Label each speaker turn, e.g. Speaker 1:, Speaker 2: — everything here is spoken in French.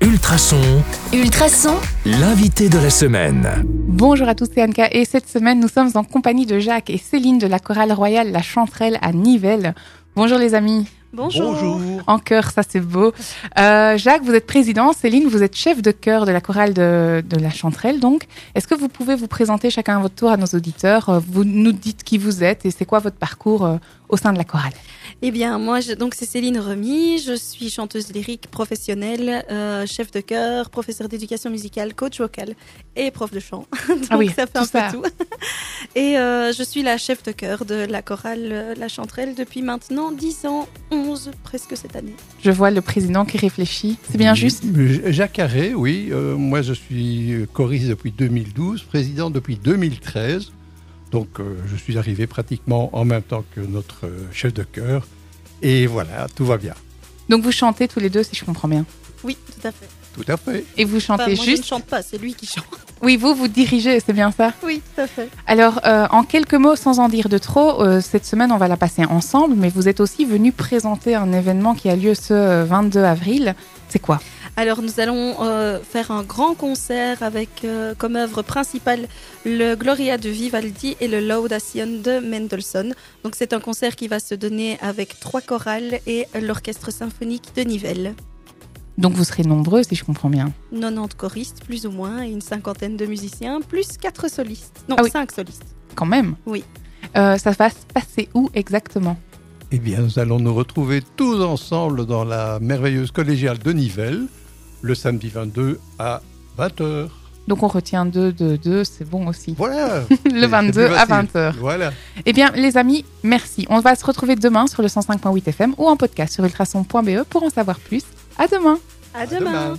Speaker 1: Ultrason,
Speaker 2: Ultrason,
Speaker 1: l'invité de la semaine.
Speaker 3: Bonjour à tous, c'est Anka et cette semaine nous sommes en compagnie de Jacques et Céline de la chorale royale La Chanterelle à Nivelles. Bonjour les amis,
Speaker 2: bonjour.
Speaker 3: en chœur ça c'est beau. Euh, Jacques vous êtes président, Céline vous êtes chef de chœur de la chorale de, de La Chanterelle donc. Est-ce que vous pouvez vous présenter chacun à votre tour à nos auditeurs Euh, Vous nous dites qui vous êtes et c'est quoi votre parcours euh, au sein de la chorale
Speaker 2: Eh bien, moi, je, donc c'est Céline Remy, je suis chanteuse lyrique professionnelle, euh, chef de chœur, professeur d'éducation musicale, coach vocal et prof de chant. donc
Speaker 3: Ah oui,
Speaker 2: ça fait
Speaker 3: tout
Speaker 2: un
Speaker 3: ça.
Speaker 2: peu tout. Et euh, je suis la chef de chœur de la chorale euh, La Chanterelle depuis maintenant 10 ans, 11 presque cette année.
Speaker 3: Je vois le président qui réfléchit, c'est bien juste
Speaker 4: Mm. J- Jacques Carré, oui. euh, moi, je suis choriste depuis 2012, président depuis 2013. Donc, euh, je suis arrivé pratiquement en même temps que notre euh, chef de chœur. Et voilà, tout va bien.
Speaker 3: Donc vous chantez tous les deux si je comprends bien.
Speaker 2: Oui, tout à fait.
Speaker 4: Tout à fait.
Speaker 3: Et vous chantez
Speaker 2: Enfin, moi, je ne
Speaker 3: juste
Speaker 2: chante pas, c'est lui qui chante.
Speaker 3: Oui vous, vous dirigez, c'est bien ça
Speaker 2: Oui, tout à fait.
Speaker 3: Alors, euh, en quelques mots, sans en dire de trop, euh, cette semaine, on va la passer ensemble, mais vous êtes aussi venu présenter un événement qui a lieu ce euh, 22 avril. C'est quoi
Speaker 2: Alors nous allons euh, faire un grand concert avec euh, comme œuvre principale le Gloria de Vivaldi et le Laudation de Mendelssohn. Donc c'est un concert qui va se donner avec trois chorales et l'orchestre symphonique de Nivelles.
Speaker 3: Donc, vous serez nombreux, si je comprends bien.
Speaker 2: 90 choristes plus ou moins et une cinquantaine de musiciens plus quatre solistes. Non,
Speaker 3: Ah oui.
Speaker 2: cinq solistes.
Speaker 3: Quand même
Speaker 2: Oui.
Speaker 3: Euh, ça va se passer où exactement
Speaker 4: Eh bien, nous allons nous retrouver tous ensemble dans la merveilleuse collégiale de Nivelles, le samedi 22 à 20h.
Speaker 3: Donc, on retient 2, 2, 2, c'est bon aussi.
Speaker 4: Voilà.
Speaker 3: Le 22 à 20h.
Speaker 4: Voilà.
Speaker 3: Eh bien, les amis, merci. On va se retrouver demain sur le 105.8 FM ou en podcast sur ultrason.be pour en E savoir plus. À demain
Speaker 2: À,
Speaker 4: À
Speaker 2: demain.
Speaker 4: demain.